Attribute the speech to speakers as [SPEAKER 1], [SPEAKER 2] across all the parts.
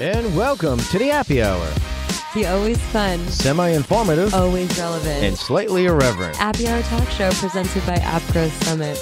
[SPEAKER 1] And welcome to the Happy Hour.
[SPEAKER 2] The always fun,
[SPEAKER 1] Semi informative
[SPEAKER 2] always relevant.
[SPEAKER 1] and slightly irreverent.
[SPEAKER 2] Happy Hour Talk Show presented by AppGrow Summit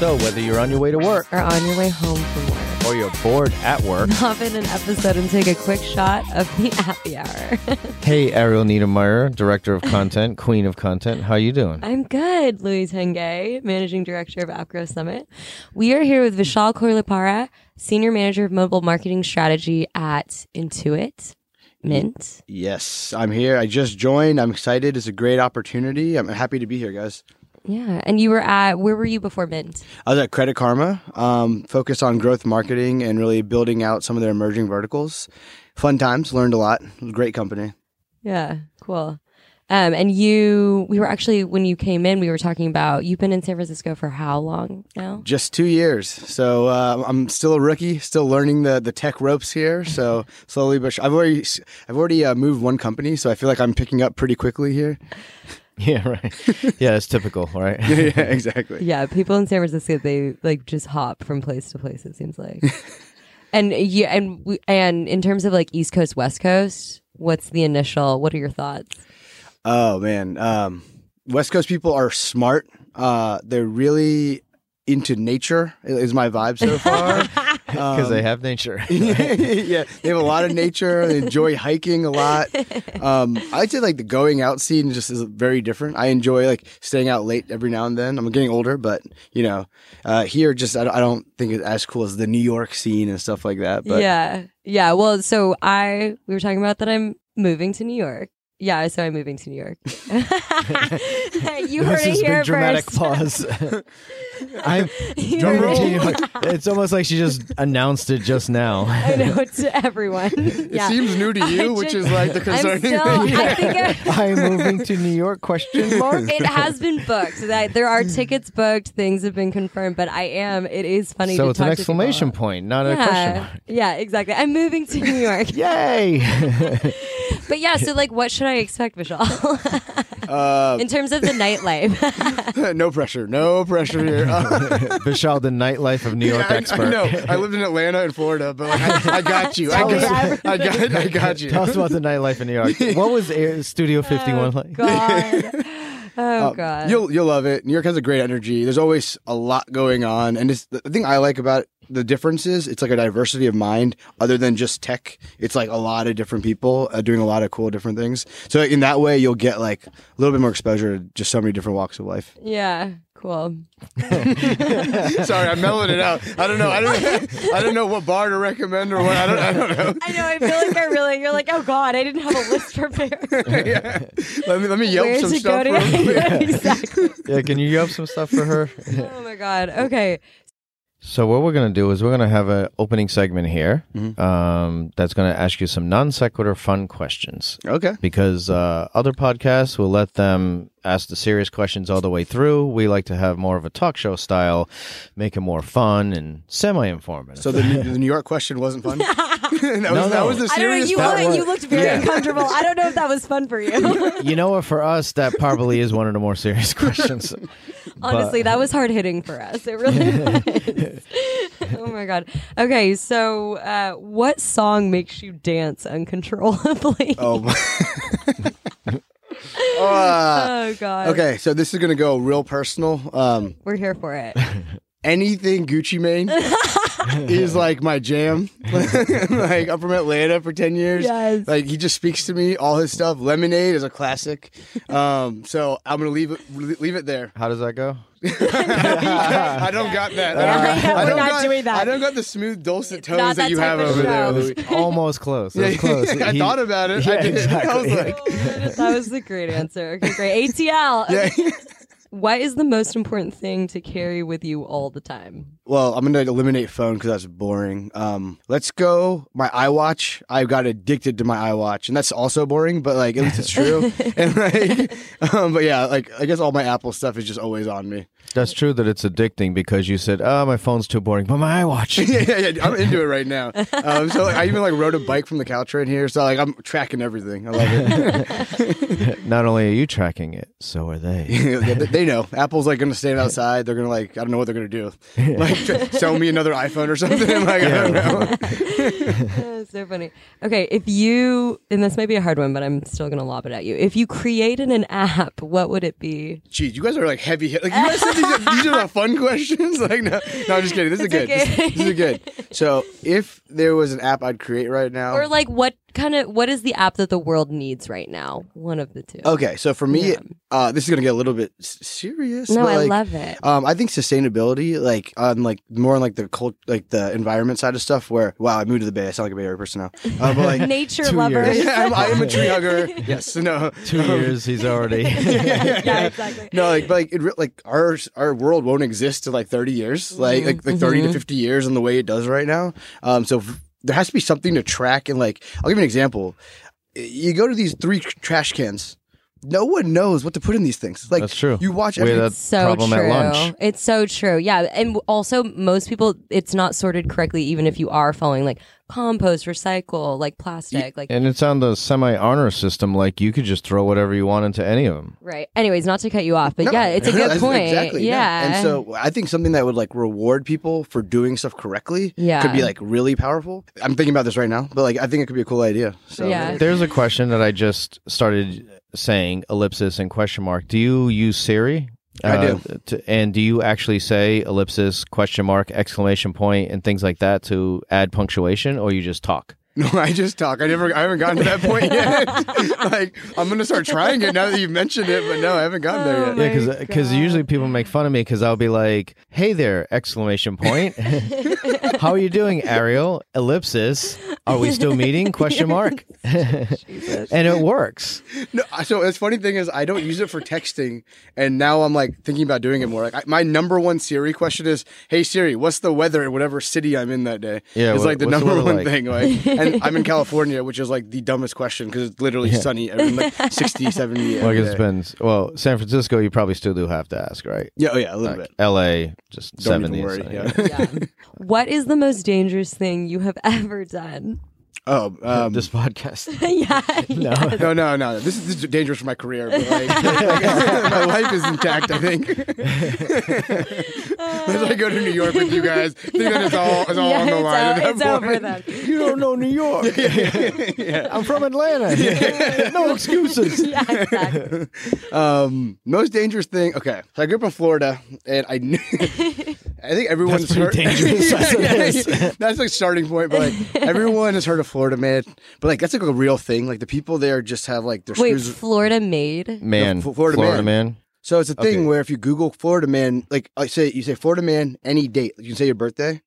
[SPEAKER 1] So, whether you're on your way to work
[SPEAKER 2] or on your way home from work.
[SPEAKER 1] or you're bored at work,
[SPEAKER 2] Hop in an episode and take a quick shot of the happy hour.
[SPEAKER 1] hey, Ariel Niedermeyer, Director of Content, Queen of Content, how you doing?
[SPEAKER 2] I'm good, Louise Hengay, Managing Director of AppGrow Summit. We are here with Vishal Koilapara, Senior Manager of Mobile Marketing Strategy at Intuit Mint.
[SPEAKER 3] Yes, I'm here. I just joined. I'm excited. It's a great opportunity. I'm happy to be here, guys.
[SPEAKER 2] Yeah. And you were at, where were you before Mint?
[SPEAKER 3] I was at Credit Karma, um, focused on growth marketing and really building out some of their emerging verticals. Fun times, learned a lot. It was a great company.
[SPEAKER 2] Yeah, cool. Um, and you, we were actually when you came in, we were talking about you've been in San Francisco for how long now?
[SPEAKER 3] Just two years. So uh, I'm still a rookie, still learning the, the tech ropes here. So slowly but sure. I've already, I've already uh, moved one company, so I feel like I'm picking up pretty quickly here.
[SPEAKER 1] Yeah, right. Yeah, that's typical, right?
[SPEAKER 3] yeah, exactly.
[SPEAKER 2] Yeah, people in San Francisco they like just hop from place to place. It seems like. and you and we, and in terms of like East Coast West Coast, what's the initial? What are your thoughts?
[SPEAKER 3] Oh man, um, West Coast people are smart. Uh, they're really into nature. Is my vibe so far?
[SPEAKER 2] Um,
[SPEAKER 1] Because they have nature.
[SPEAKER 3] yeah, they have a lot of nature. They enjoy hiking a lot. Um, I'd say like the going out scene just is very different. I enjoy like staying out late every now and then. I'm getting older, but you know, uh, here just I don't, I don't think it's as cool as the New York scene and stuff like that. But
[SPEAKER 2] yeah, yeah. Well, so I we were talking about that I'm moving to New York. Yeah, so I'm moving to New York. you heard
[SPEAKER 1] This
[SPEAKER 2] it
[SPEAKER 1] has
[SPEAKER 2] here
[SPEAKER 1] been dramatic
[SPEAKER 2] first.
[SPEAKER 1] pause. I'm
[SPEAKER 2] You
[SPEAKER 1] moving
[SPEAKER 2] heard it
[SPEAKER 1] to
[SPEAKER 2] here
[SPEAKER 1] New York. It's almost like she just announced it just now.
[SPEAKER 2] I know to everyone. yeah.
[SPEAKER 3] seems new to you, which is, like, the
[SPEAKER 2] I'm
[SPEAKER 3] concerning
[SPEAKER 2] still,
[SPEAKER 3] thing.
[SPEAKER 2] Oh, I think I-
[SPEAKER 1] I'm moving to New York? Question mark.
[SPEAKER 2] it has been booked. That there are tickets booked. Things have been confirmed. But I am. It is funny.
[SPEAKER 1] So
[SPEAKER 2] to
[SPEAKER 1] it's an
[SPEAKER 2] talk to people.
[SPEAKER 1] exclamation point, not a question
[SPEAKER 2] Yeah,
[SPEAKER 1] mark.
[SPEAKER 2] yeah, exactly. I'm moving to New York.
[SPEAKER 1] Yay!
[SPEAKER 2] But yeah, so like, what should I expect, Vishal,
[SPEAKER 3] uh,
[SPEAKER 2] in terms of the nightlife?
[SPEAKER 3] no pressure, no pressure here. Uh,
[SPEAKER 1] Vishal, the nightlife of New York
[SPEAKER 3] I-
[SPEAKER 1] expert.
[SPEAKER 3] I, know. I lived in Atlanta and Florida, but like, I, I got you. I
[SPEAKER 1] Tell us.
[SPEAKER 3] got, I got. I got you.
[SPEAKER 1] Tell us about the nightlife in New York. What was Air Studio 51 like?
[SPEAKER 2] God.
[SPEAKER 1] Uh,
[SPEAKER 2] Oh God.
[SPEAKER 3] You'll you'll love it. New York has a great energy. There's always a lot going on, and it's, the thing I like about the difference is it's like a diversity of mind. Other than just tech, it's like a lot of different people uh, doing a lot of cool different things. So in that way, you'll get like a little bit more exposure to just so many different walks of life.
[SPEAKER 2] yeah. Cool.
[SPEAKER 3] Sorry, I'm mellowing it out. I don't know. I don't. I don't know what bar to recommend or what. I don't. I don't know.
[SPEAKER 2] I know. I feel like I really. You're like, oh God, I didn't have a list prepared.
[SPEAKER 3] Yeah. Let me let me yelp
[SPEAKER 2] Where
[SPEAKER 3] some
[SPEAKER 2] to go
[SPEAKER 3] stuff.
[SPEAKER 2] to?
[SPEAKER 3] real quick.
[SPEAKER 2] Yeah, exactly.
[SPEAKER 1] Yeah, can you yelp some stuff for her?
[SPEAKER 2] Oh my God. Okay.
[SPEAKER 1] So what we're gonna do is we're gonna have an opening segment here
[SPEAKER 3] Mm-hmm.
[SPEAKER 1] um, that's gonna ask you some non sequitur fun questions.
[SPEAKER 3] Okay.
[SPEAKER 1] because uh, other podcasts will let them ask the serious questions all the way through. We like to have more of a talk show style, make it more fun and semi-informative.
[SPEAKER 3] So the, the New York question wasn't fun. that, was, that
[SPEAKER 1] no.
[SPEAKER 3] was the
[SPEAKER 2] I don't know.
[SPEAKER 3] serious.
[SPEAKER 2] You,
[SPEAKER 1] That
[SPEAKER 2] look,
[SPEAKER 1] was-
[SPEAKER 2] you looked very
[SPEAKER 1] Yeah.
[SPEAKER 2] uncomfortable. I don't know if that was fun for you.
[SPEAKER 1] you know what? For us, that probably is one of the more serious questions.
[SPEAKER 2] Honestly, that was hard hitting for us. It really was. oh my god. Okay, so uh, what song makes you dance uncontrollably? Oh,
[SPEAKER 3] Oh. Uh,
[SPEAKER 2] Oh god.
[SPEAKER 3] okay, so this is gonna go real personal. Um,
[SPEAKER 2] We're here for it.
[SPEAKER 3] anything Gucci Mane is like my jam. like I'm from Atlanta for ten years.
[SPEAKER 2] Yes.
[SPEAKER 3] Like he just speaks to me. All his stuff. Lemonade is a classic. Um, so I'm gonna leave it leave it there.
[SPEAKER 1] How does that go?
[SPEAKER 3] I don't got
[SPEAKER 2] Yeah,
[SPEAKER 3] that. I don't got- I
[SPEAKER 2] we're
[SPEAKER 3] don't
[SPEAKER 2] not
[SPEAKER 3] got-
[SPEAKER 2] doing that.
[SPEAKER 3] I don't got the smooth dulcet tones
[SPEAKER 2] not
[SPEAKER 3] that,
[SPEAKER 2] that
[SPEAKER 3] you
[SPEAKER 2] type
[SPEAKER 3] have
[SPEAKER 2] of
[SPEAKER 3] over there.
[SPEAKER 2] show.
[SPEAKER 3] Louis.
[SPEAKER 1] Almost close. It was close.
[SPEAKER 3] I
[SPEAKER 1] He-
[SPEAKER 3] thought about it.
[SPEAKER 1] Yeah,
[SPEAKER 3] I did. I was
[SPEAKER 1] exactly.
[SPEAKER 3] like,
[SPEAKER 2] that was the great answer. Okay, great. ATL. Okay,
[SPEAKER 3] yeah.
[SPEAKER 2] What is the most important thing to carry with you all the time?
[SPEAKER 3] Well, I'm gonna eliminate phone because that's boring. Um, let's go. My iWatch. I got addicted to my iWatch, and that's also boring. But like, at least it's true. and like, um, but yeah, like I guess all my Apple stuff is just always on me.
[SPEAKER 1] That's true that it's addicting because you said, "Oh, my phone's too boring," but my iWatch.
[SPEAKER 3] yeah, yeah, yeah. I'm into it right now. Um, so like, I even like rode a bike from the couch right here. So like, I'm tracking everything. I love it.
[SPEAKER 1] Not only are you tracking it, so are they.
[SPEAKER 3] Yeah, they, they know Apple's like going to stand outside. They're going to like I don't know what they're going to do. Like tr- sell me another iPhone or something. I'm like I don't know.
[SPEAKER 2] That's Oh, so funny. Okay, if you and this might be a hard one, but I'm still gonna lob it at you. If you created an app, what would it be?
[SPEAKER 3] Geez, you guys are like heavy hit. Like you guys said these are, these are the fun questions. Like no, no, I'm just kidding. This is
[SPEAKER 2] It's
[SPEAKER 3] good. This-
[SPEAKER 2] okay.
[SPEAKER 3] This, is good. So if there was an app I'd create right now,
[SPEAKER 2] Or like what kind of what is the app that the world needs right now? One of the two.
[SPEAKER 3] okay. So for me,
[SPEAKER 2] Yeah.
[SPEAKER 3] uh, this is going to get a little bit s- serious.
[SPEAKER 2] no,
[SPEAKER 3] but,
[SPEAKER 2] I
[SPEAKER 3] like,
[SPEAKER 2] love it.
[SPEAKER 3] Um, I think sustainability, like on like more on like the cult, like the environment side of stuff. Where wow, I moved to the Bay. I sound like a Bay Area person now. Uh, but like,
[SPEAKER 2] Nature
[SPEAKER 1] two
[SPEAKER 2] lovers.
[SPEAKER 1] years.
[SPEAKER 3] I'm, I am a tree hugger. Yes, no,
[SPEAKER 1] Two years, he's already.
[SPEAKER 2] yeah,
[SPEAKER 3] Oh. yeah.
[SPEAKER 2] exactly.
[SPEAKER 3] no, like, but, like it, re- like our our world won't exist in like 30 years, like like, like 30
[SPEAKER 2] Mm-hmm.
[SPEAKER 3] to 50 years, in the way it does right now. Um, so f- there has to be something to track. And like, I'll give you an example. Y- You go to these three tr- trash cans. No one knows what to put in these things. Like
[SPEAKER 1] That's true.
[SPEAKER 3] You watch
[SPEAKER 1] We
[SPEAKER 3] every
[SPEAKER 1] had that
[SPEAKER 2] so
[SPEAKER 1] problem at
[SPEAKER 2] true.
[SPEAKER 1] lunch.
[SPEAKER 2] It's so true. Yeah, and w- also most people, it's not sorted correctly, even if you are following like compost, recycle, like plastic, like
[SPEAKER 1] And it's on the semi honor system. Like you could just throw whatever you want into any of them.
[SPEAKER 2] right. Anyways, not to cut you off, but
[SPEAKER 3] No,
[SPEAKER 2] yeah, it's a
[SPEAKER 3] no,
[SPEAKER 2] good
[SPEAKER 3] that's
[SPEAKER 2] point.
[SPEAKER 3] Exactly.
[SPEAKER 2] yeah.
[SPEAKER 3] And so I think something that would like reward people for doing stuff correctly
[SPEAKER 2] Yeah.
[SPEAKER 3] could be like really powerful. I'm thinking about this right now, but like I think it could be a cool idea. So
[SPEAKER 2] Yeah.
[SPEAKER 1] There's a question that I just started saying ellipsis and question mark. Do you use Siri?
[SPEAKER 3] I do.
[SPEAKER 1] t- and do you actually say ellipsis, question mark, exclamation point, and things like that to add punctuation, or you just talk?
[SPEAKER 3] No, I just talk. I never I haven't gotten to that point yet. like I'm gonna start trying it now that you've mentioned it, but no, I haven't gotten there
[SPEAKER 2] Oh
[SPEAKER 3] yet.
[SPEAKER 2] my-
[SPEAKER 1] Yeah, because because
[SPEAKER 2] God.
[SPEAKER 1] usually people make fun of me because I'll be like, "Hey there!" Exclamation point. How are you doing, Ariel? Ellipsis. Are we still meeting? Question mark. and it works.
[SPEAKER 3] No, I- so the funny thing is, I don't use it for texting, and now I'm like thinking about doing it more. Like I, my number one Siri question is, "Hey Siri, what's the weather in whatever city I'm in that day?"
[SPEAKER 1] Yeah,
[SPEAKER 3] it's
[SPEAKER 1] what-
[SPEAKER 3] like the
[SPEAKER 1] what's the
[SPEAKER 3] number
[SPEAKER 1] weather
[SPEAKER 3] one
[SPEAKER 1] like?
[SPEAKER 3] thing. Like, and I'm in California, which is like the dumbest question because it's literally sunny and like 60, 70.
[SPEAKER 1] Well, I
[SPEAKER 3] every
[SPEAKER 1] guess
[SPEAKER 3] day.
[SPEAKER 1] it's been well, San Francisco. You probably still do have to ask, right?
[SPEAKER 3] yeah, oh yeah, a little
[SPEAKER 1] Like
[SPEAKER 3] bit.
[SPEAKER 1] L.A. just
[SPEAKER 3] Don't
[SPEAKER 1] seventy.
[SPEAKER 3] even worry.
[SPEAKER 1] so,
[SPEAKER 3] Yeah.
[SPEAKER 2] Yeah. What is the most dangerous thing you have ever done?
[SPEAKER 3] oh, um,
[SPEAKER 1] this podcast.
[SPEAKER 2] yeah. yeah.
[SPEAKER 3] no, no, no. This is, this is dangerous for my career. But like, my life is intact. I think. As I go to New York with you guys, I think that it's all, it's all
[SPEAKER 2] Yeah,
[SPEAKER 3] on the
[SPEAKER 2] it's
[SPEAKER 3] line. at
[SPEAKER 2] o-
[SPEAKER 3] that
[SPEAKER 2] it's over
[SPEAKER 3] point.
[SPEAKER 2] then.
[SPEAKER 1] you don't know New York. I'm from Atlanta. no excuses.
[SPEAKER 2] Yeah, exactly.
[SPEAKER 3] Um, most dangerous thing. Okay, so I grew up in Florida, and I knew. I think everyone's
[SPEAKER 1] That's pretty
[SPEAKER 3] heard-
[SPEAKER 1] dangerous as it is.
[SPEAKER 3] That's like starting point, but like everyone has heard of Florida man. But like that's like a real thing. Like the people there just have like their
[SPEAKER 2] Wait,
[SPEAKER 3] screws.
[SPEAKER 2] Florida maid?
[SPEAKER 1] Man,
[SPEAKER 3] F-
[SPEAKER 1] Florida,
[SPEAKER 3] Florida
[SPEAKER 1] man.
[SPEAKER 3] man. So it's a thing
[SPEAKER 1] Okay.
[SPEAKER 3] where if you Google Florida man, like I say, you say Florida man any date. You can say your birthday,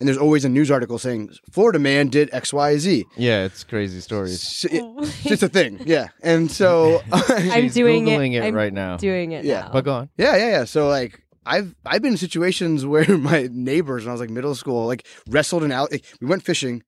[SPEAKER 3] and there's always a news article saying Florida man did X Y Z.
[SPEAKER 1] Yeah, it's crazy stories.
[SPEAKER 3] So it- It's a thing, yeah. And so
[SPEAKER 2] I'm
[SPEAKER 1] She's
[SPEAKER 2] doing
[SPEAKER 1] Googling it
[SPEAKER 2] I'm
[SPEAKER 1] right now.
[SPEAKER 2] Doing it
[SPEAKER 3] Yeah,
[SPEAKER 2] now.
[SPEAKER 1] But go on.
[SPEAKER 3] Yeah, yeah, yeah. So like I've I've been in situations where my neighbors when I was like middle school like wrestled an out. Like, we went fishing.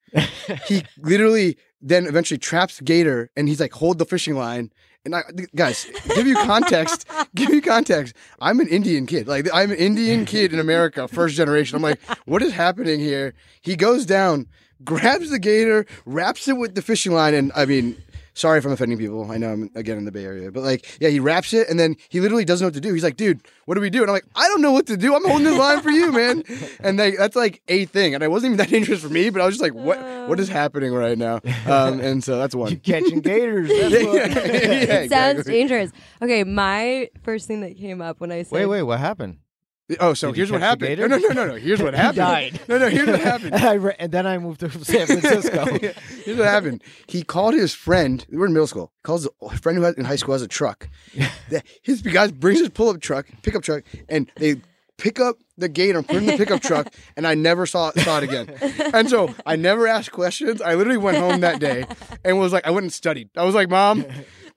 [SPEAKER 3] he literally then eventually traps gator and he's like hold the fishing line. And I, guys, give you context. give you context. I'm an Indian kid. Like I'm an Indian kid in America, first generation. I'm like, what is happening here? He goes down, grabs the gator, wraps it with the fishing line, and I mean, Sorry if I'm offending people. I know I'm again in the Bay Area, but like, yeah, he wraps it and then he literally doesn't know what to do. He's like, dude, what do we do? And I'm like, I don't know what to do. I'm holding this line for you, man. And they, that's like a thing. And it wasn't even that dangerous for me, but I was just like, what, what
[SPEAKER 1] Uh.
[SPEAKER 3] is happening right now? Um, and so that's one.
[SPEAKER 1] Catching gators.
[SPEAKER 3] Yeah, yeah,
[SPEAKER 2] it sounds
[SPEAKER 3] exactly.
[SPEAKER 2] dangerous. Okay, my first thing that came up when I said
[SPEAKER 1] Wait, wait, what happened?
[SPEAKER 3] Oh, so
[SPEAKER 1] Did you
[SPEAKER 3] here's what
[SPEAKER 1] catch the
[SPEAKER 3] happened.
[SPEAKER 1] gator?
[SPEAKER 3] No, no, no, no, no. Here's what happened.
[SPEAKER 1] died.
[SPEAKER 3] No, no. Here's what happened.
[SPEAKER 1] I re- and then I moved to San Francisco.
[SPEAKER 3] Here's what happened. He called his friend. We're in middle school. Calls a friend who has, in high school has a truck. The- His guy brings his pull-up truck, pickup truck, and they pick up the gator, and put it in the pickup truck, and I never saw it, saw it again. And so I never asked questions. I literally went home that day and was like, I went and studied. I was like, Mom,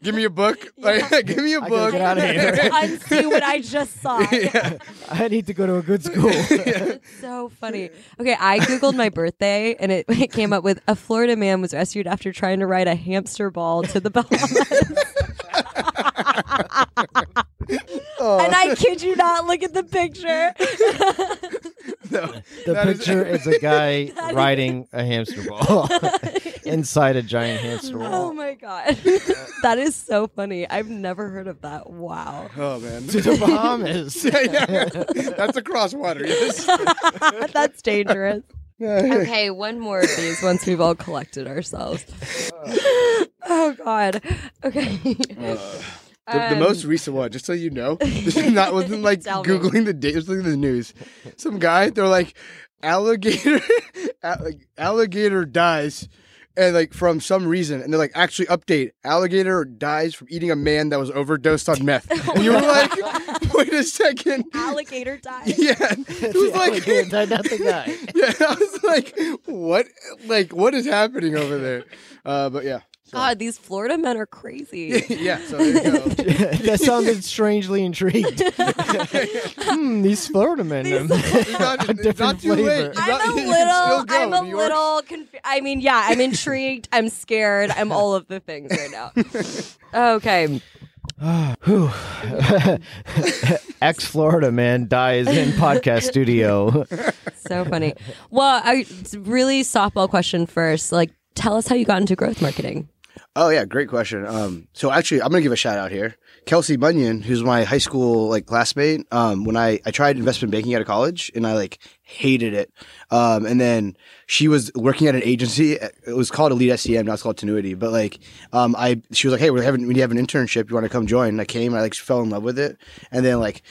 [SPEAKER 3] give me a book. Like, give me a
[SPEAKER 1] gotta
[SPEAKER 3] book.
[SPEAKER 1] get outta here.
[SPEAKER 2] unsee what I just saw.
[SPEAKER 1] I need to go to a good school.
[SPEAKER 2] So funny. Okay, I googled my birthday and it, it came up with a Florida man was rescued after trying to ride a hamster ball to the Bahamas. And I kid you not, look at the picture.
[SPEAKER 3] No.
[SPEAKER 1] The
[SPEAKER 3] That is-
[SPEAKER 1] picture is, a guy riding a hamster ball. inside a giant hamster
[SPEAKER 2] Oh
[SPEAKER 1] wheel.
[SPEAKER 2] my god, that is so funny. I've never heard of that. Wow,
[SPEAKER 3] Oh man.
[SPEAKER 1] To the Bahamas.
[SPEAKER 3] yeah, yeah. That's across water. Yes.
[SPEAKER 2] that's dangerous. Okay, one more of these once we've all collected ourselves. oh god. Okay.
[SPEAKER 3] Uh, The, the most recent one, just so you know, this is not wasn't like
[SPEAKER 2] Um, Tell me.
[SPEAKER 3] googling the date. This was the news. Some guy, they're like, alligator, al- like, alligator dies, and like from some reason, and they're like, actually, update, alligator dies from eating a man that was overdosed on meth. And you were like, wait a second,
[SPEAKER 2] alligator died.
[SPEAKER 3] yeah, it was like,
[SPEAKER 1] Alligator died, not the guy.
[SPEAKER 3] yeah, I was like, what, like, what is happening over there? Uh, but yeah,
[SPEAKER 2] God, these Florida men are crazy.
[SPEAKER 3] yeah. So there you go.
[SPEAKER 1] that sounded strangely intrigued. hmm, these Florida men. um,
[SPEAKER 3] It's not,
[SPEAKER 1] A
[SPEAKER 3] it's
[SPEAKER 1] different
[SPEAKER 3] not too late.
[SPEAKER 1] flavor.
[SPEAKER 3] You got-
[SPEAKER 2] I'm a
[SPEAKER 3] you can still
[SPEAKER 2] little,
[SPEAKER 3] go.
[SPEAKER 2] I'm a
[SPEAKER 3] New York's-
[SPEAKER 2] little, conf- I mean, yeah, I'm intrigued, I'm scared, I'm all of the things right now. Okay.
[SPEAKER 1] Ex Florida man dies in podcast studio.
[SPEAKER 2] So funny. Well, I it's really softball question first. Like, tell us how you got into growth marketing.
[SPEAKER 3] Oh yeah, great question. Um, so actually, I'm gonna give a shout out here. Kelsey Bunyan, who's my high school like classmate. Um, when I I tried investment banking out of college and I like hated it. Um, and then she was working at an agency. It was called Elite SCM, now it's called Tenuity. But like, um, I she was like, hey, we're having we have an internship. You want to come join? And I came. And I like fell in love with it. And then like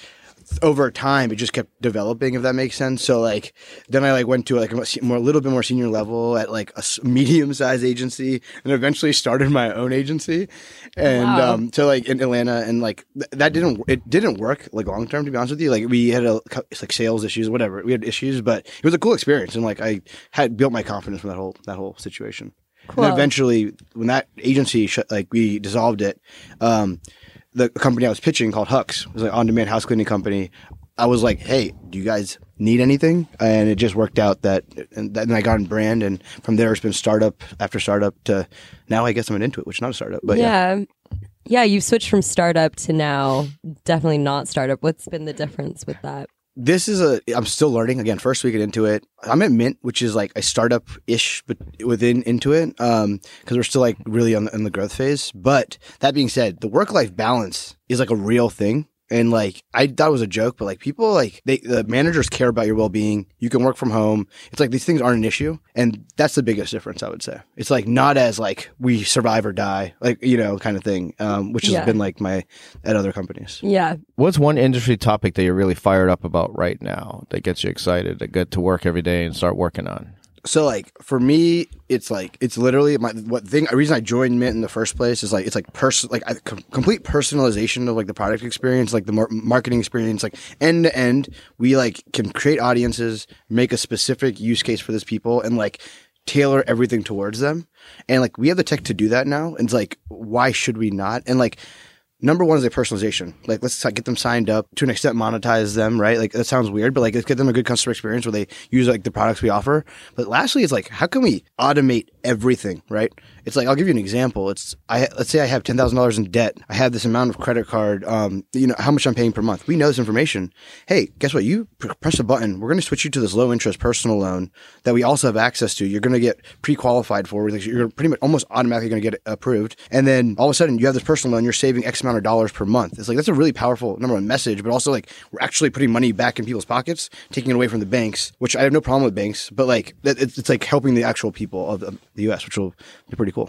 [SPEAKER 3] over time it just kept developing if that makes sense so like then i like went to like a se- more a little bit more senior level at like a medium sized agency and eventually started my own agency and
[SPEAKER 2] Wow.
[SPEAKER 3] um to like in atlanta and like th- that didn't it didn't work like long term to be honest with you like we had a cou- it's like sales issues whatever we had issues but it was a cool experience and like i had built my confidence from that whole that whole situation
[SPEAKER 2] Cool.
[SPEAKER 3] and eventually, when that agency shut, like we dissolved it, um, the company I was pitching called Hux it was an on-demand house cleaning company. I was like, "Hey, do you guys need anything?" And it just worked out that, and then I got in brand, and from there it's been startup after startup to now. I guess I'm an Intuit, which is not a startup, but yeah.
[SPEAKER 2] yeah. Yeah, you've switched from startup to now definitely not startup. What's been the difference with that?
[SPEAKER 3] this is a i'm still learning again first week at intuit i'm at mint which is like a startup ish but within intuit um because we're still like really on the, in the growth phase but that being said the work life balance is like a real thing and like i thought it was a joke but like people like they the managers care about your well-being you can work from home it's like these things aren't an issue and that's the biggest difference i would say it's like not as like we survive or die like you know kind of thing um which has
[SPEAKER 2] Yeah.
[SPEAKER 3] been like my at other companies
[SPEAKER 2] Yeah.
[SPEAKER 1] What's one industry topic that you're really fired up about right now that gets you excited to get to work every day and start working on?
[SPEAKER 3] so like for me it's like it's literally my what thing the reason i joined mint in the first place is like it's like person like I, com- complete personalization of like the product experience like the mar- marketing experience like end to end we like can create audiences make a specific use case for those people and like tailor everything towards them and like we have the tech to do that now and it's like why should we not and like number one is like personalization. Like let's like, get them signed up to an extent, monetize them, right? Like that sounds weird, but like let's get them a good customer experience where they use like the products we offer. But lastly, it's like how can we automate everything, right? It's like I'll give you an example. It's I let's say I have ten thousand dollars in debt. I have this amount of credit card. Um, you know how much I'm paying per month. We know this information. Hey, guess what? You pr- press a button. We're going to switch you to this low interest personal loan that we also have access to. You're going to get pre qualified for. Like, You're pretty much almost automatically going to get it approved. And then all of a sudden, you have this personal loan. You're saving X amount of dollars per month. It's like that's a really powerful number one message, but also like we're actually putting money back in people's pockets, taking it away from the banks, which I have no problem with banks, but like that- it's, it's like helping the actual people of the the U.S., which will be pretty cool.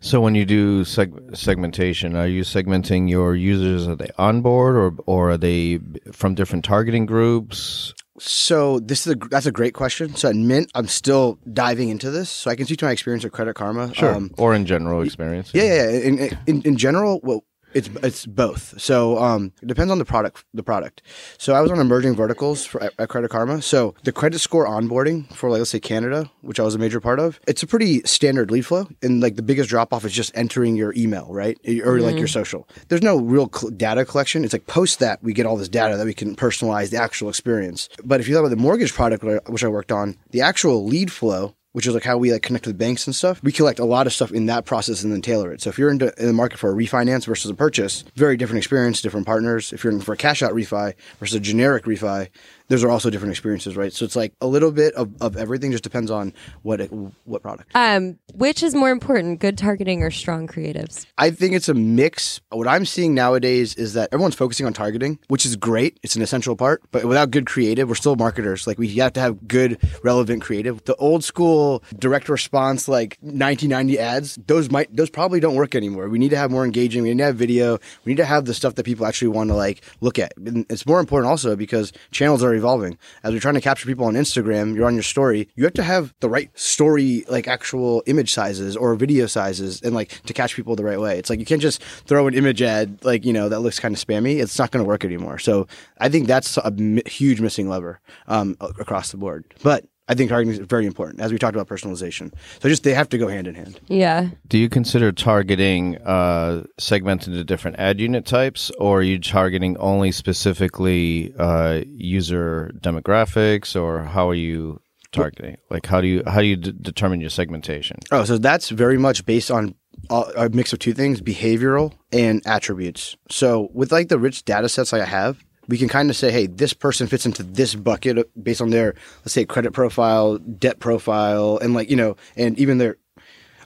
[SPEAKER 1] So when you do seg- segmentation, are you segmenting your users? Are they on board or or are they b- from different targeting groups?
[SPEAKER 3] So this is a, that's a great question. So at Mint, I'm still diving into this, so I can speak to my experience at Credit Karma. Um,
[SPEAKER 1] or in general experience?
[SPEAKER 3] Yeah, yeah. yeah. In, in, in general, well, it's it's both. So um, it depends on the product. The product. So I was on emerging verticals for, at, at Credit Karma. So the credit score onboarding for like let's say Canada, which I was a major part of, it's a pretty standard lead flow, and like the biggest drop off is just entering your email, right, or like your social. There's no real cl- data collection. It's like post that we get all this data that we can personalize the actual experience. But if you thought about the mortgage product, which I- which I worked on, the actual lead flow which is like how we like connect with banks and stuff. We collect a lot of stuff in that process and then tailor it. So if you're into, in the market for a refinance versus a purchase, very different experience, different partners. If you're in for a cash out refi versus a generic refi, those are also different experiences, right? So it's like a little bit of, of everything. Just depends on what it, what product.
[SPEAKER 2] Um, which is more important, good targeting or strong creatives?
[SPEAKER 3] I think it's a mix. What I'm seeing nowadays is that everyone's focusing on targeting, which is great. It's an essential part, but without good creative, we're still marketers. Like we have to have good, relevant creative. The old school direct response, like 1990 ads, those might those probably don't work anymore. We need to have more engaging. We need to have video. We need to have the stuff that people actually want to like look at. And it's more important also because channels are evolving. As you're trying to capture people on Instagram, you're on your story. You have to have the right story, like actual image sizes or video sizes, and like to catch people the right way. It's like you can't just throw an image ad like you know that looks kind of spammy. It's not going to work anymore. So I think that's a mi- huge missing lever um, a- across the board. But I think targeting is very important, as we talked about personalization. So just they have to go hand in hand.
[SPEAKER 2] Yeah.
[SPEAKER 1] Do you consider targeting uh, segmented to different ad unit types, or are you targeting only specifically uh, user demographics, or how are you targeting? Like, how do you how do you d- determine your segmentation?
[SPEAKER 3] Oh, so that's very much based on a a mix of two things: behavioral and attributes. So with like the rich data sets like I have, we can kind of say, hey, this person fits into this bucket uh, based on their, let's say, credit profile, debt profile, and like you know, and even their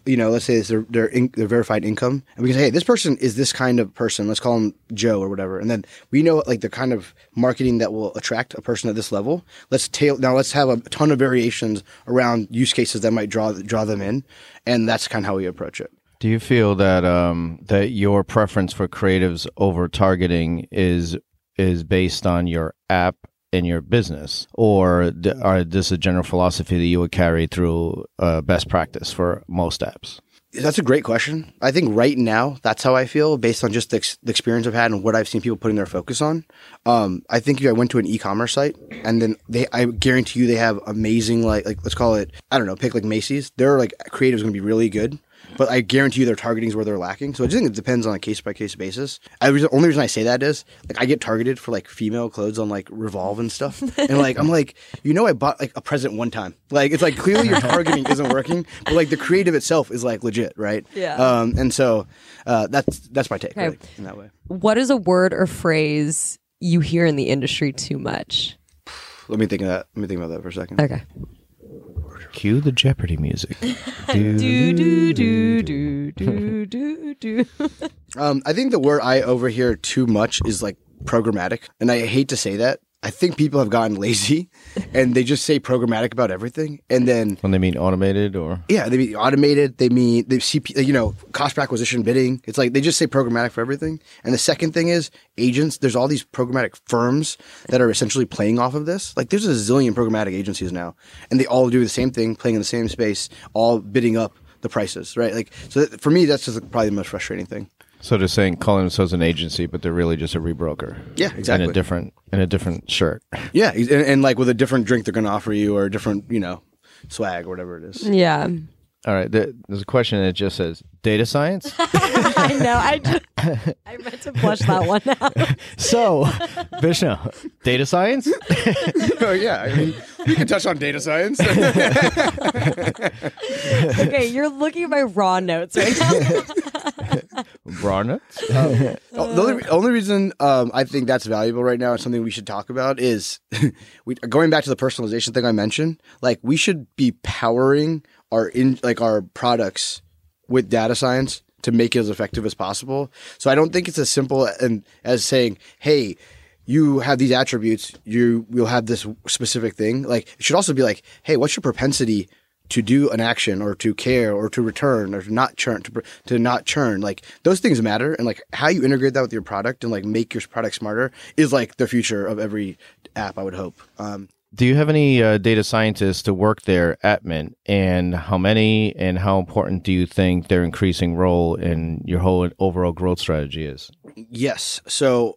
[SPEAKER 3] you know, let's say it's their their, in, their verified income, and we can say, hey, this person is this kind of person. Let's call him Joe or whatever, and then we know like the kind of marketing that will attract a person at this level. Let's tail now. Let's have a ton of variations around use cases that might draw draw them in, and that's kind of how we approach it.
[SPEAKER 1] Do you feel that um, that your preference for creatives over targeting is is based on your app and your business, or th- are this a general philosophy that you would carry through uh, best practice for most apps?
[SPEAKER 3] That's a great question. I think right now that's how I feel based on just the, ex- the experience I've had and what I've seen people putting their focus on. Um, I think if I went to an e-commerce site and then they, I guarantee you they have amazing like like let's call it I don't know pick like Macy's. Their like creative's going to be really good, but I guarantee you their targeting is where they're lacking. So I just think it depends on a case by case basis. I the only reason I say that is like I get targeted for like female clothes on like Revolve and stuff, and like I'm like you know I bought like a present one time. Like it's like clearly your targeting isn't working, but like the creative itself is like legit, right?
[SPEAKER 2] Yeah.
[SPEAKER 3] Um, and so uh, that's that's my take
[SPEAKER 2] Okay.
[SPEAKER 3] really, in that way.
[SPEAKER 2] What is a word or phrase you hear in the industry too much?
[SPEAKER 3] Let me think of that. Let me think about that for a second.
[SPEAKER 2] Okay.
[SPEAKER 1] Cue the Jeopardy music.
[SPEAKER 2] Do do do do do do do.
[SPEAKER 3] Um, I think the word I overhear too much is like programmatic, and I hate to say that. I think people have gotten lazy, and they just say programmatic about everything, and then
[SPEAKER 1] When they mean automated, or
[SPEAKER 3] yeah, they mean automated. They mean they CP, you know, cost per acquisition bidding. It's like they just say programmatic for everything. And the second thing is agents. There's all these programmatic firms that are essentially playing off of this. Like there's a zillion programmatic agencies now, and they all do the same thing, playing in the same space, all bidding up the prices, right? Like so, that, for me, that's just probably the most frustrating thing.
[SPEAKER 1] so they're saying calling themselves an agency, but they're really just a rebroker.
[SPEAKER 3] Yeah, exactly.
[SPEAKER 1] In a different in a different shirt.
[SPEAKER 3] Yeah, ex- and, and like with a different drink they're going to offer you, or a different, you know, swag or whatever it is.
[SPEAKER 2] Yeah.
[SPEAKER 1] All right, there, there's a question that just says data science.
[SPEAKER 2] I know. I just I meant to flush that one out.
[SPEAKER 1] so, Vishnu, data science.
[SPEAKER 3] oh yeah, I mean, you can touch on data science.
[SPEAKER 2] Okay, you're looking at my raw notes right now.
[SPEAKER 1] Brana.
[SPEAKER 3] the only, re- only reason um, I think that's valuable right now and something we should talk about is we, going back to the personalization thing I mentioned. Like we should be powering our in like our products with data science to make it as effective as possible. So I don't think it's as simple and as saying, "Hey, you have these attributes, you will have this specific thing." Like it should also be like, "Hey, what's your propensity?" to do an action or to care or to return or to not churn to, pr- to not churn like those things matter and like how you integrate that with your product and like make your product smarter is like the future of every app i would hope um
[SPEAKER 1] Do you have any uh, data scientists to work there at Mint, and how many, and how important do you think their increasing role in your whole overall growth strategy is?
[SPEAKER 3] yes so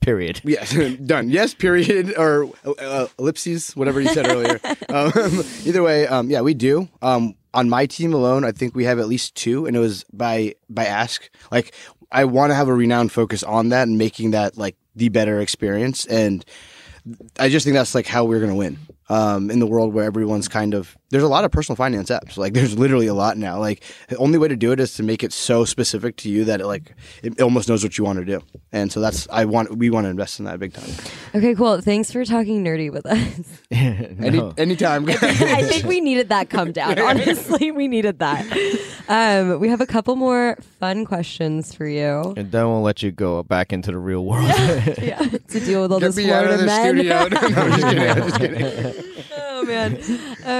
[SPEAKER 1] Period.
[SPEAKER 3] yes done yes period or uh, ellipses whatever you said earlier um, either way um yeah we do um on my team alone i think we have at least two and it was by by ask like i want to have a renowned focus on that and making that like the better experience and I just think that's like how we're gonna win. um, in the world where everyone's kind of there's a lot of personal finance apps. Like there's literally a lot now. Like the only way to do it is to make it so specific to you that it like it almost knows what you want to do. And so that's I want we want to invest in that big time.
[SPEAKER 2] Okay, cool. Thanks for talking nerdy with us.
[SPEAKER 3] Any
[SPEAKER 2] Oh.
[SPEAKER 1] No.
[SPEAKER 3] anytime.
[SPEAKER 2] I think we needed that come down. Honestly, we needed that. Um, we have a couple more fun questions for you
[SPEAKER 1] and then we'll let you go back into the real world.
[SPEAKER 2] yeah. to deal with all
[SPEAKER 3] Get
[SPEAKER 2] this
[SPEAKER 3] me out
[SPEAKER 2] Florida
[SPEAKER 3] of the
[SPEAKER 2] men.
[SPEAKER 3] studio. No, I'm just kidding. I'm just kidding.
[SPEAKER 2] oh man.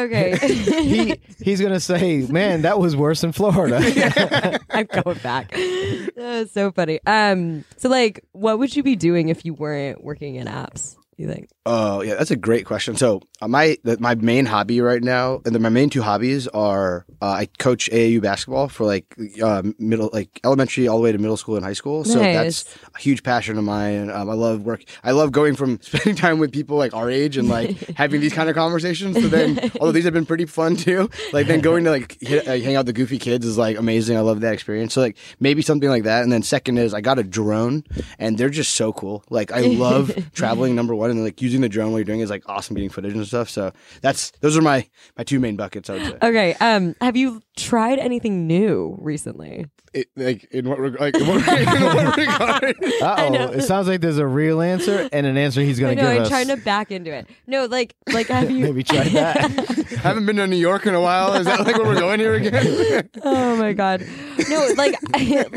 [SPEAKER 2] Okay,
[SPEAKER 1] he he's gonna say, "Man, that was worse in Florida."
[SPEAKER 2] I'm going back. That was so funny. Um, so like, what would you be doing if you weren't working in apps? You think?
[SPEAKER 3] Oh yeah, that's a great question. So uh, my the, my main hobby right now, and then my main two hobbies are uh, I coach AAU basketball for like uh, middle, like elementary all the way to middle school and high school. So
[SPEAKER 2] Nice.
[SPEAKER 3] that's a huge passion of mine. Um, I love work. I love going from spending time with people like our age and like having these kind of conversations. To then, although these have been pretty fun too, like then going to like hit, uh, hang out with the goofy kids is like amazing. I love that experience. So like maybe something like that. And then second is I got a drone, and they're just so cool. Like I love traveling number one, and like using the drone while you're doing it is like awesome getting footage and stuff. So that's those are my my two main buckets. I would say.
[SPEAKER 2] Okay. Um, have you tried anything new recently?
[SPEAKER 3] It- like in what reg- like in what, reg- in what regard?
[SPEAKER 1] Uh
[SPEAKER 2] know.
[SPEAKER 1] oh, it sounds like there's a real answer and an answer he's gonna
[SPEAKER 2] I know.
[SPEAKER 1] give
[SPEAKER 2] I'm
[SPEAKER 1] us.
[SPEAKER 2] trying to back into it. No, like, like, have you?
[SPEAKER 1] Maybe try that.
[SPEAKER 3] haven't been to New York in a while. Is that like where we're going here again?
[SPEAKER 2] Oh my god. No, like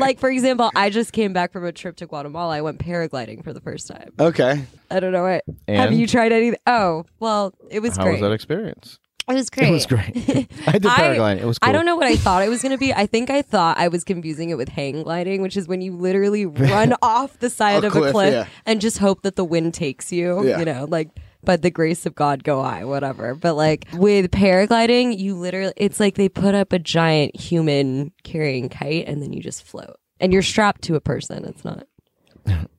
[SPEAKER 2] like for example, I just came back from a trip to Guatemala. I went paragliding for the first time.
[SPEAKER 3] okay.
[SPEAKER 2] I don't know what. Have
[SPEAKER 1] And?
[SPEAKER 2] you tried any Oh, well, it was
[SPEAKER 1] How
[SPEAKER 2] great.
[SPEAKER 1] was that experience?
[SPEAKER 2] It was great.
[SPEAKER 1] It was great. I did paragliding. It was. Cool.
[SPEAKER 2] I don't know what I thought it was going to be. I think I thought I was confusing it with hang gliding, which is when you literally run off the side
[SPEAKER 3] A
[SPEAKER 2] of a
[SPEAKER 3] cliff,
[SPEAKER 2] cliff
[SPEAKER 3] yeah.
[SPEAKER 2] and just hope that the wind takes you,
[SPEAKER 3] Yeah.
[SPEAKER 2] you know, like by the grace of God go I, whatever. But like with paragliding, you literally it's like they put up a giant human carrying kite and then you just float. And you're strapped to a person. It's not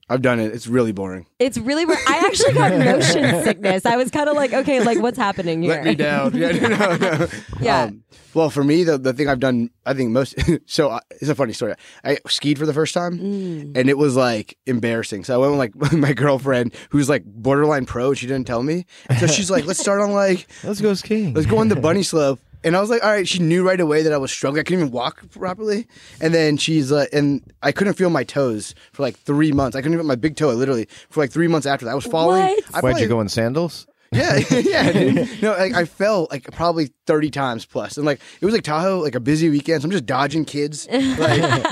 [SPEAKER 3] I've done it. It's really boring.
[SPEAKER 2] it's really where I actually got motion sickness. I was kind of like, okay, like what's happening here?
[SPEAKER 3] Let me down. Yeah, no, no, no.
[SPEAKER 2] Yeah.
[SPEAKER 3] Um, well, for me, the, the thing I've done, I think most. so I, it's a funny story. I skied for the first time, and it was like embarrassing. So I went with like my girlfriend, who's like borderline pro. and She didn't tell me, so she's like, "Let's start on like
[SPEAKER 1] Let's go skiing.
[SPEAKER 3] let's go on the bunny slope." And I was like, "All right." She knew right away that I was struggling. I couldn't even walk properly. And then she's like, and I couldn't feel my toes for like three months. I couldn't even my big toe. Literally for like three months after that, I was falling.
[SPEAKER 2] What?
[SPEAKER 3] I
[SPEAKER 1] Why'd you
[SPEAKER 3] probably-
[SPEAKER 1] go in sandals?
[SPEAKER 3] yeah, yeah. Dude. No, like I fell like probably thirty times plus, and like it was like Tahoe, like a busy weekend. So I'm just dodging kids, like, like,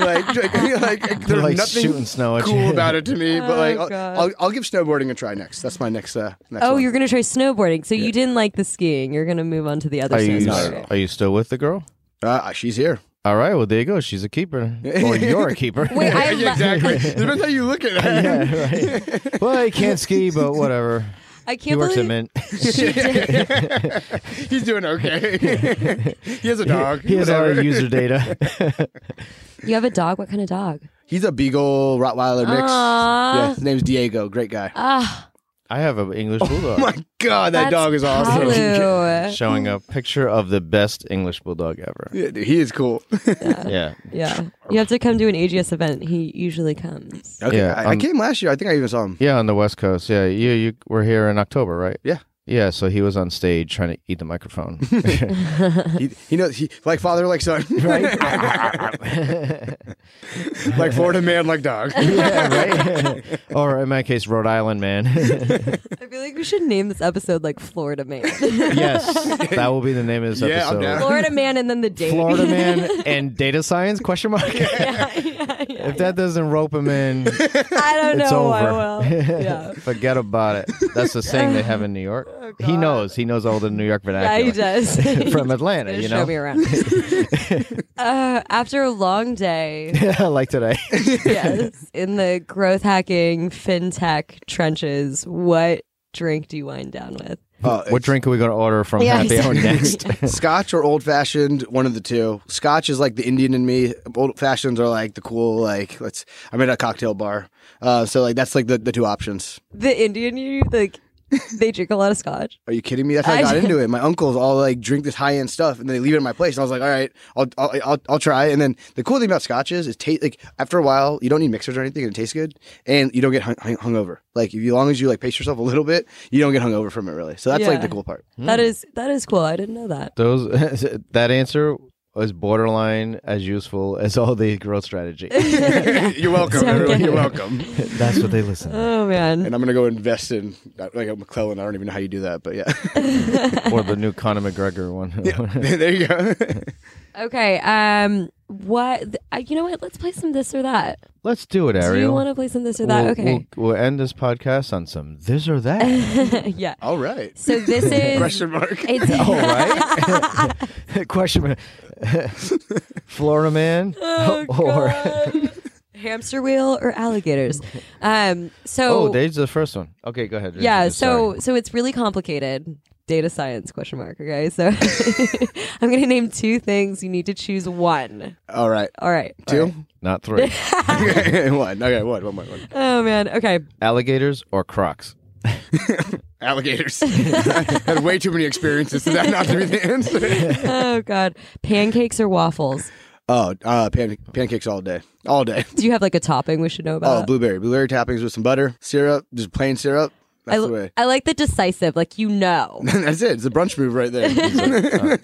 [SPEAKER 3] like, like
[SPEAKER 1] They're
[SPEAKER 3] there's
[SPEAKER 1] like
[SPEAKER 3] nothing
[SPEAKER 1] shooting snow at
[SPEAKER 3] cool
[SPEAKER 1] you.
[SPEAKER 3] about it to me. But like,
[SPEAKER 2] Oh,
[SPEAKER 3] I'll,
[SPEAKER 2] God.
[SPEAKER 3] I'll, I'll give snowboarding a try next. That's my next. Uh, next
[SPEAKER 2] Oh,
[SPEAKER 3] one.
[SPEAKER 2] you're gonna try snowboarding. So you didn't like the skiing. You're gonna move on to the other
[SPEAKER 1] Are you
[SPEAKER 3] not at
[SPEAKER 2] snowboarding.
[SPEAKER 3] all.
[SPEAKER 1] are you still with the girl?
[SPEAKER 3] uh, she's here.
[SPEAKER 1] All right. Well, there you go. She's a keeper, or you're a keeper.
[SPEAKER 2] Wait, I
[SPEAKER 3] Yeah,
[SPEAKER 2] lo-
[SPEAKER 3] exactly. Depends how you look at it.
[SPEAKER 1] yeah, right. Well, he can't ski, but whatever.
[SPEAKER 2] I
[SPEAKER 1] He
[SPEAKER 2] can't
[SPEAKER 1] works at
[SPEAKER 2] believe
[SPEAKER 1] Mint.
[SPEAKER 3] He's doing okay. he has a dog.
[SPEAKER 1] He has our
[SPEAKER 3] whatever.
[SPEAKER 1] user data.
[SPEAKER 2] you have a dog. What kind of dog?
[SPEAKER 3] He's a beagle Rottweiler mix.
[SPEAKER 2] Aw.
[SPEAKER 3] Yeah, his name's Diego. Great guy.
[SPEAKER 2] Ah,
[SPEAKER 1] I have an English bulldog.
[SPEAKER 3] oh my god,
[SPEAKER 2] that's
[SPEAKER 3] that dog is awesome.
[SPEAKER 2] Palu.
[SPEAKER 1] showing a picture of the best English bulldog ever.
[SPEAKER 3] Yeah, dude, he is cool.
[SPEAKER 1] Yeah.
[SPEAKER 2] yeah, you have to come to an AGS event. He usually comes.
[SPEAKER 3] Okay,
[SPEAKER 1] Yeah,
[SPEAKER 3] I, I
[SPEAKER 1] um,
[SPEAKER 3] came last year. I think I even saw him.
[SPEAKER 1] Yeah, on the West Coast. Yeah, you you were here in October, right?
[SPEAKER 3] Yeah.
[SPEAKER 1] Yeah, so he was on stage trying to eat the microphone.
[SPEAKER 3] He, he knows he like father like son, like Florida man like dog.
[SPEAKER 1] yeah, right. or in my case, Rhode Island man.
[SPEAKER 2] I feel like we should name this episode like Florida Man,
[SPEAKER 1] yes, that will be the name of this
[SPEAKER 3] Yeah, I'm
[SPEAKER 1] episode.
[SPEAKER 3] down.
[SPEAKER 2] Florida Man, and then the date.
[SPEAKER 1] Florida man and data science question mark.
[SPEAKER 2] Yeah, yeah, yeah.
[SPEAKER 1] If that doesn't rope him in,
[SPEAKER 2] I don't
[SPEAKER 1] it's
[SPEAKER 2] know. I will.
[SPEAKER 1] over.
[SPEAKER 2] Yeah.
[SPEAKER 1] Forget about it. That's the saying they have in New York. he
[SPEAKER 2] Oh, God.
[SPEAKER 1] knows. He knows all the New York
[SPEAKER 2] Yeah,
[SPEAKER 1] vernacular
[SPEAKER 2] he does.
[SPEAKER 1] from Atlanta.
[SPEAKER 2] Just
[SPEAKER 1] You
[SPEAKER 2] Show me
[SPEAKER 1] know,
[SPEAKER 2] around. uh, after a long day,
[SPEAKER 1] like today.
[SPEAKER 2] yes, in the growth hacking fintech trenches, what drink do you wind down with?
[SPEAKER 3] Uh,
[SPEAKER 1] what drink are we going to order from
[SPEAKER 2] Yeah,
[SPEAKER 1] Happy Hour next?
[SPEAKER 3] Scotch or old fashioned? One of the two. Scotch is like the Indian in me. Old fashions are like the cool like. Let's. I'm at a cocktail bar, uh, so like that's like the, the two options.
[SPEAKER 2] The Indian you like they drink a lot of scotch.
[SPEAKER 3] Are you kidding me? That's how I,
[SPEAKER 2] I
[SPEAKER 3] got
[SPEAKER 2] did-
[SPEAKER 3] into it. My uncles all like drink this high end stuff, and they leave it in my place. And I was like, all right, I'll I'll, I'll, I'll try. And then the cool thing about scotches is taste like after a while, you don't need mixers or anything, and it tastes good, and you don't get hung, hung, hungover. Like if you, as long as you like pace yourself a little bit, you don't get hungover from it really. So that's like
[SPEAKER 2] Yeah.
[SPEAKER 3] the cool part.
[SPEAKER 1] Hmm.
[SPEAKER 2] That is that is cool. I didn't know that.
[SPEAKER 1] Those that answer was borderline as useful as all the growth strategy.
[SPEAKER 3] You're welcome,
[SPEAKER 2] Sound
[SPEAKER 3] everyone.
[SPEAKER 2] good.
[SPEAKER 3] You're welcome.
[SPEAKER 1] That's what they listen. to.
[SPEAKER 2] Oh man.
[SPEAKER 3] And I'm gonna go invest in like a McClellan. I don't even know how you do that, but yeah.
[SPEAKER 1] or the new Conor McGregor one.
[SPEAKER 3] there you go.
[SPEAKER 2] Okay. Um. What? uh, You know what? Let's play some this or that.
[SPEAKER 1] Let's do it, Ariel.
[SPEAKER 2] Do you want to play some this or that?
[SPEAKER 1] We'll,
[SPEAKER 2] okay.
[SPEAKER 1] We'll, we'll end this podcast on some this or that
[SPEAKER 2] yeah.
[SPEAKER 3] All right.
[SPEAKER 2] So this is.
[SPEAKER 3] Question mark.
[SPEAKER 2] It's,
[SPEAKER 1] All right. question. mark. Florida man
[SPEAKER 2] Oh,
[SPEAKER 1] or
[SPEAKER 2] God. hamster wheel or alligators. Um. So.
[SPEAKER 1] oh, Dave's the first one. Okay, go ahead.
[SPEAKER 2] yeah.
[SPEAKER 1] Dave's- sorry.
[SPEAKER 2] So so it's really complicated. Data science question mark. Okay. So I'm gonna name two things. You need to choose one.
[SPEAKER 3] All right.
[SPEAKER 2] All right. all
[SPEAKER 3] Two.
[SPEAKER 2] right.
[SPEAKER 1] not three
[SPEAKER 3] one. Okay. One. One. One. One.
[SPEAKER 2] Oh man. Okay.
[SPEAKER 1] alligators or Crocs.
[SPEAKER 3] Alligators. had way too many experiences to that not to be the answer.
[SPEAKER 2] Oh god. Pancakes or waffles?
[SPEAKER 3] Oh, uh, pan- pancakes all day, all day.
[SPEAKER 2] Do you have like a topping we should know
[SPEAKER 3] Oh,
[SPEAKER 2] about?
[SPEAKER 3] blueberry, blueberry toppings with some butter, syrup, just plain syrup. That's
[SPEAKER 2] I,
[SPEAKER 3] the way.
[SPEAKER 2] I like the decisive, like you know.
[SPEAKER 3] That's it. It's a brunch move right there.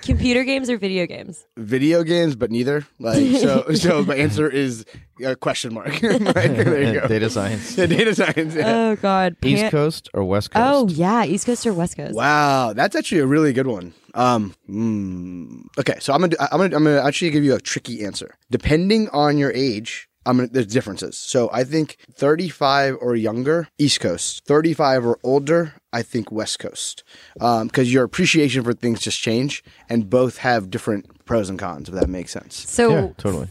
[SPEAKER 2] Computer games or video games?
[SPEAKER 3] Video games, but neither. Like so. So my answer is a question mark. Like, there you go.
[SPEAKER 1] Uh, Data science.
[SPEAKER 3] Yeah, data science. yeah.
[SPEAKER 2] Oh God,
[SPEAKER 1] East
[SPEAKER 2] Pan-
[SPEAKER 1] Coast or West Coast?
[SPEAKER 2] Oh yeah, East Coast or West Coast?
[SPEAKER 3] Wow, that's actually a really good one. Um, mm, okay, so I'm gonna do- I'm gonna I'm gonna actually give you a tricky answer. Depending on your age, I'm gonna, there's differences. So I think 35 or younger, East Coast. 35 or older, I think West Coast. Because your appreciation for things just change, and both have different pros and cons. If that makes sense.
[SPEAKER 2] So
[SPEAKER 1] Yeah, totally.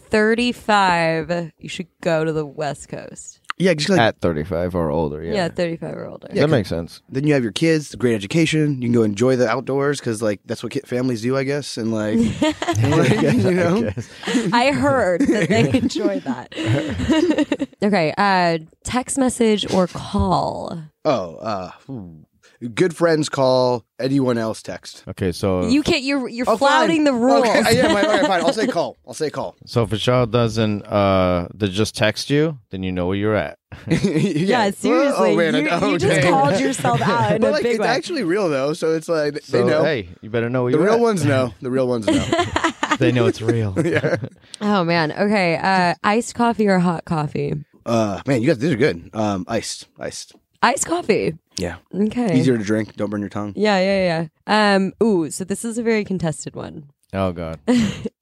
[SPEAKER 2] Thirty-five, you should go to the West Coast.
[SPEAKER 3] Yeah, just like
[SPEAKER 1] At 35 or older. Yeah.
[SPEAKER 2] Oh. Yeah, thirty-five or older.
[SPEAKER 1] that makes sense.
[SPEAKER 3] then you have your kids, great education. You can go enjoy the outdoors because like that's what kid families do, I guess. And like, you know.
[SPEAKER 2] I heard that they enjoy that. okay, uh, text message or call?
[SPEAKER 3] Oh, uh, hmm. good friends call, anyone else text.
[SPEAKER 1] Okay, so
[SPEAKER 2] You can't. You're you're
[SPEAKER 3] Oh,
[SPEAKER 2] flouting
[SPEAKER 3] fine.
[SPEAKER 2] the rules.
[SPEAKER 3] Okay, uh, yeah, fine, okay, fine. I'll say call. I'll say call.
[SPEAKER 1] so if a child doesn't uh they just text you, then you know where you're at.
[SPEAKER 3] yeah.
[SPEAKER 2] Yeah, seriously.
[SPEAKER 3] Oh, man,
[SPEAKER 2] you,
[SPEAKER 3] I-
[SPEAKER 2] you just
[SPEAKER 3] okay.
[SPEAKER 2] called yourself out in
[SPEAKER 3] But
[SPEAKER 2] a
[SPEAKER 3] like,
[SPEAKER 2] big
[SPEAKER 3] it's
[SPEAKER 2] way.
[SPEAKER 3] actually real though, so it's like
[SPEAKER 1] So
[SPEAKER 3] they know.
[SPEAKER 1] hey, you better know where
[SPEAKER 3] the
[SPEAKER 1] you're
[SPEAKER 3] real
[SPEAKER 1] at.
[SPEAKER 3] ones know. The real ones know.
[SPEAKER 1] They know it's real.
[SPEAKER 2] oh man. Okay. Uh, iced coffee or hot coffee?
[SPEAKER 3] uh, man, you guys, these are good. Um, iced, iced.
[SPEAKER 2] Iced coffee.
[SPEAKER 3] Yeah,
[SPEAKER 2] Okay.
[SPEAKER 3] easier to drink. Don't burn your tongue.
[SPEAKER 2] Yeah, yeah, yeah. Um. Ooh. So this is a very contested one.
[SPEAKER 1] Oh god.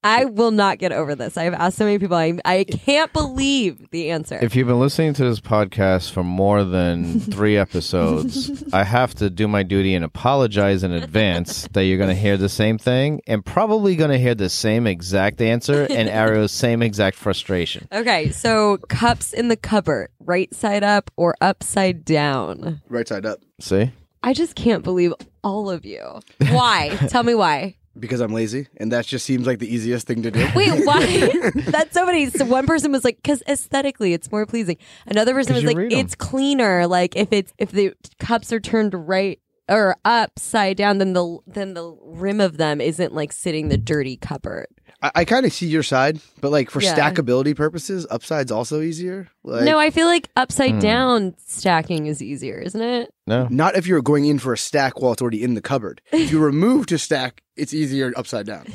[SPEAKER 2] I will not get over this. I've asked so many people. I I can't believe the answer.
[SPEAKER 1] If you've been listening to this podcast for more than 3 episodes, I have to do my duty and apologize in advance that you're going to hear the same thing and probably going to hear the same exact answer and Arrow's same exact frustration.
[SPEAKER 2] okay. So cups in the cupboard, right side up or upside down.
[SPEAKER 3] Right side up
[SPEAKER 1] See?
[SPEAKER 2] I just can't believe all of you. Why? Tell me why.
[SPEAKER 3] because I'm lazy, and that just seems like the easiest thing to do.
[SPEAKER 2] Wait, why? That's so many. So one person was like, because aesthetically, it's more pleasing. Another person
[SPEAKER 1] 'Cause
[SPEAKER 2] was
[SPEAKER 1] you
[SPEAKER 2] like,
[SPEAKER 1] read 'em.
[SPEAKER 2] it's cleaner. Like if it's if the cups are turned right or upside down, then the then the rim of them isn't like sitting the dirty cupboard.
[SPEAKER 3] I, I kind of see your side, but like for
[SPEAKER 2] Yeah.
[SPEAKER 3] stackability purposes, upside's also easier. Like,
[SPEAKER 2] no, I feel like upside down stacking is easier, isn't it?
[SPEAKER 1] No.
[SPEAKER 3] Not if you're going in for a stack while it's already in the cupboard. If you remove to stack, it's easier upside down.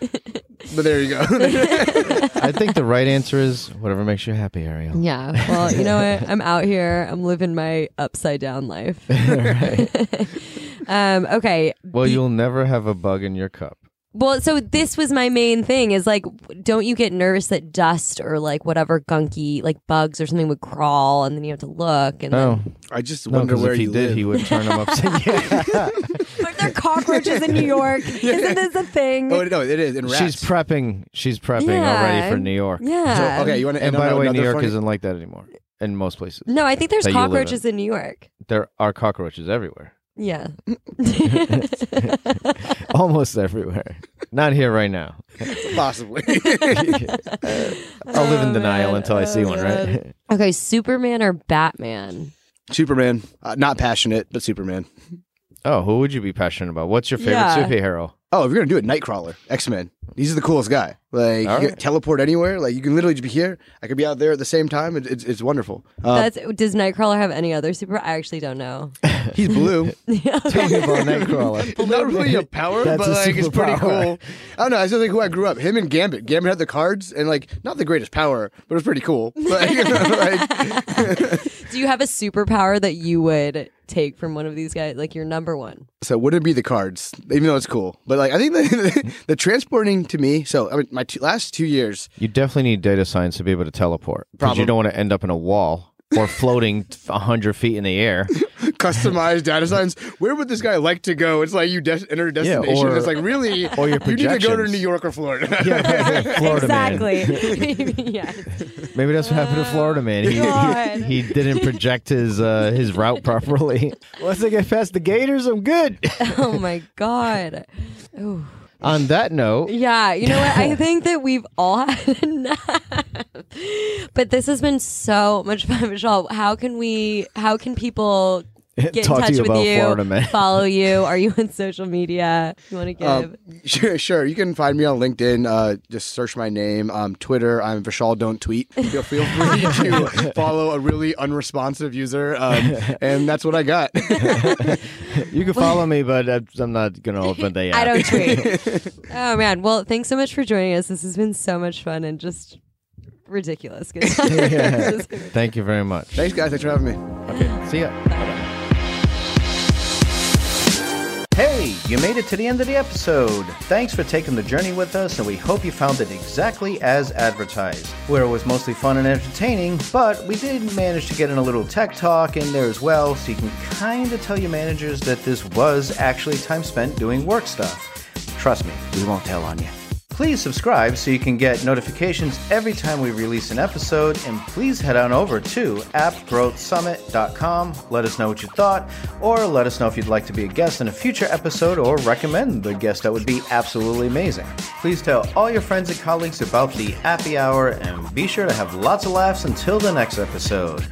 [SPEAKER 3] but there you go.
[SPEAKER 1] I think the right answer is whatever makes you happy, Ariel.
[SPEAKER 2] Yeah. Well, you know what? I'm out here. I'm living my upside down life. um, okay.
[SPEAKER 1] Well, you'll never have a bug in your cup.
[SPEAKER 2] Well, so this was my main thing is like, don't you get nervous that dust or like whatever gunky, like bugs or something would crawl and then you have to look and
[SPEAKER 1] No,
[SPEAKER 3] I just
[SPEAKER 1] no,
[SPEAKER 3] wonder
[SPEAKER 1] because
[SPEAKER 3] where
[SPEAKER 1] if he
[SPEAKER 3] you
[SPEAKER 1] did,
[SPEAKER 3] live.
[SPEAKER 1] he would turn him upside down.
[SPEAKER 2] then, but there are cockroaches in New York. Isn't this a thing?
[SPEAKER 3] Oh no, it is in rats.
[SPEAKER 1] She's prepping. She's prepping
[SPEAKER 2] Yeah.
[SPEAKER 1] already for New York.
[SPEAKER 2] yeah.
[SPEAKER 3] so, okay, you want to
[SPEAKER 1] And by the way, New York isn't like that anymore. In most places,
[SPEAKER 2] No, I think there's
[SPEAKER 1] That you live in.
[SPEAKER 2] cockroaches in New York.
[SPEAKER 1] there are cockroaches everywhere,
[SPEAKER 2] Yeah.
[SPEAKER 1] almost everywhere. Not here right now.
[SPEAKER 3] possibly.
[SPEAKER 1] I'll live in
[SPEAKER 2] Oh,
[SPEAKER 1] denial
[SPEAKER 2] man.
[SPEAKER 1] until I see
[SPEAKER 2] Oh,
[SPEAKER 1] one. Right?
[SPEAKER 2] Okay, Superman or Batman?
[SPEAKER 3] Superman. Uh, not passionate, but Superman.
[SPEAKER 1] Oh, who would you be passionate about? What's your favorite
[SPEAKER 2] Yeah.
[SPEAKER 1] superhero?
[SPEAKER 3] Oh, if you're gonna do it, Nightcrawler, X Men. He's the coolest guy. Like
[SPEAKER 1] All
[SPEAKER 3] you
[SPEAKER 1] right.
[SPEAKER 3] can teleport anywhere. Like you can literally just be here. I could be out there at the same time. It, it's it's wonderful. Uh,
[SPEAKER 2] That's does Nightcrawler have any other super? I actually don't know.
[SPEAKER 3] he's blue.
[SPEAKER 1] Tell me about Nightcrawler.
[SPEAKER 3] It's not really a power,
[SPEAKER 4] That's
[SPEAKER 3] but
[SPEAKER 4] a
[SPEAKER 3] like it's pretty
[SPEAKER 4] superpower.
[SPEAKER 3] cool. I don't know. It's just like who I grew up. Him and Gambit. Gambit had the cards and like not the greatest power, but it was pretty cool. Like, like,
[SPEAKER 2] Do you have a superpower that you would take from one of these guys? Like your number one?
[SPEAKER 3] so it wouldn't be the cards, even though it's cool. But like I think the, the transporting to me. So I mean, my two, last two years,
[SPEAKER 1] You definitely need data science to be able to teleport because you
[SPEAKER 3] Problem.
[SPEAKER 1] don't want to end up in a wall or floating a hundred feet in the air.
[SPEAKER 3] customized data science. Where would this guy like to go? It's like you des- enter a destination.
[SPEAKER 1] or-
[SPEAKER 3] it's like really,
[SPEAKER 1] or your
[SPEAKER 3] you need to go to
[SPEAKER 1] projections.
[SPEAKER 3] New York or Florida.
[SPEAKER 1] Florida
[SPEAKER 2] exactly. yeah.
[SPEAKER 1] man. Maybe that's what happened to Florida man.
[SPEAKER 2] Uh,
[SPEAKER 1] He,
[SPEAKER 2] God.
[SPEAKER 1] he, he didn't project his uh, his route properly.
[SPEAKER 4] Once I get past the Gators, I'm good.
[SPEAKER 2] Oh my god. Ooh.
[SPEAKER 1] On that note,
[SPEAKER 2] Yeah, you know what? I think that we've all had enough. But this has been so much fun, Michelle. How can we? How can people get
[SPEAKER 1] Talk to
[SPEAKER 2] in touch
[SPEAKER 1] you
[SPEAKER 2] with
[SPEAKER 1] about
[SPEAKER 2] you?
[SPEAKER 1] Florida Man.
[SPEAKER 2] Follow you? Are you on social media? You want to give?
[SPEAKER 3] Um, sure, sure. You can find me on LinkedIn. Uh, just search my name. Um, Twitter, I'm Vishal Don't Tweet. Feel, feel free to follow a really unresponsive user. Um, and that's what I got.
[SPEAKER 1] you can follow me, but I'm- I'm not gonna open the app.
[SPEAKER 2] I don't tweet. oh man! Well, thanks so much for joining us. This has been so much fun and just ridiculous. Good time.
[SPEAKER 1] Thank you very much.
[SPEAKER 3] Thanks, guys. Thanks for having me.
[SPEAKER 1] Okay, see ya. Hey, you made it to the end of the episode. Thanks for taking the journey with us, and we hope you found it exactly as advertised, where it was mostly fun and entertaining, but we did manage to get in a little tech talk in there as well, so you can kind of tell your managers that this was actually time spent doing work stuff. Trust me, we won't tell on you. Please subscribe so you can get notifications every time we release an episode, and please head on over to appgrowthsummit.com. Let us know what you thought, or let us know if you'd like to be a guest in a future episode or recommend the guest that would be absolutely amazing. Please tell all your friends and colleagues about the happy hour and be sure to have lots of laughs until the next episode.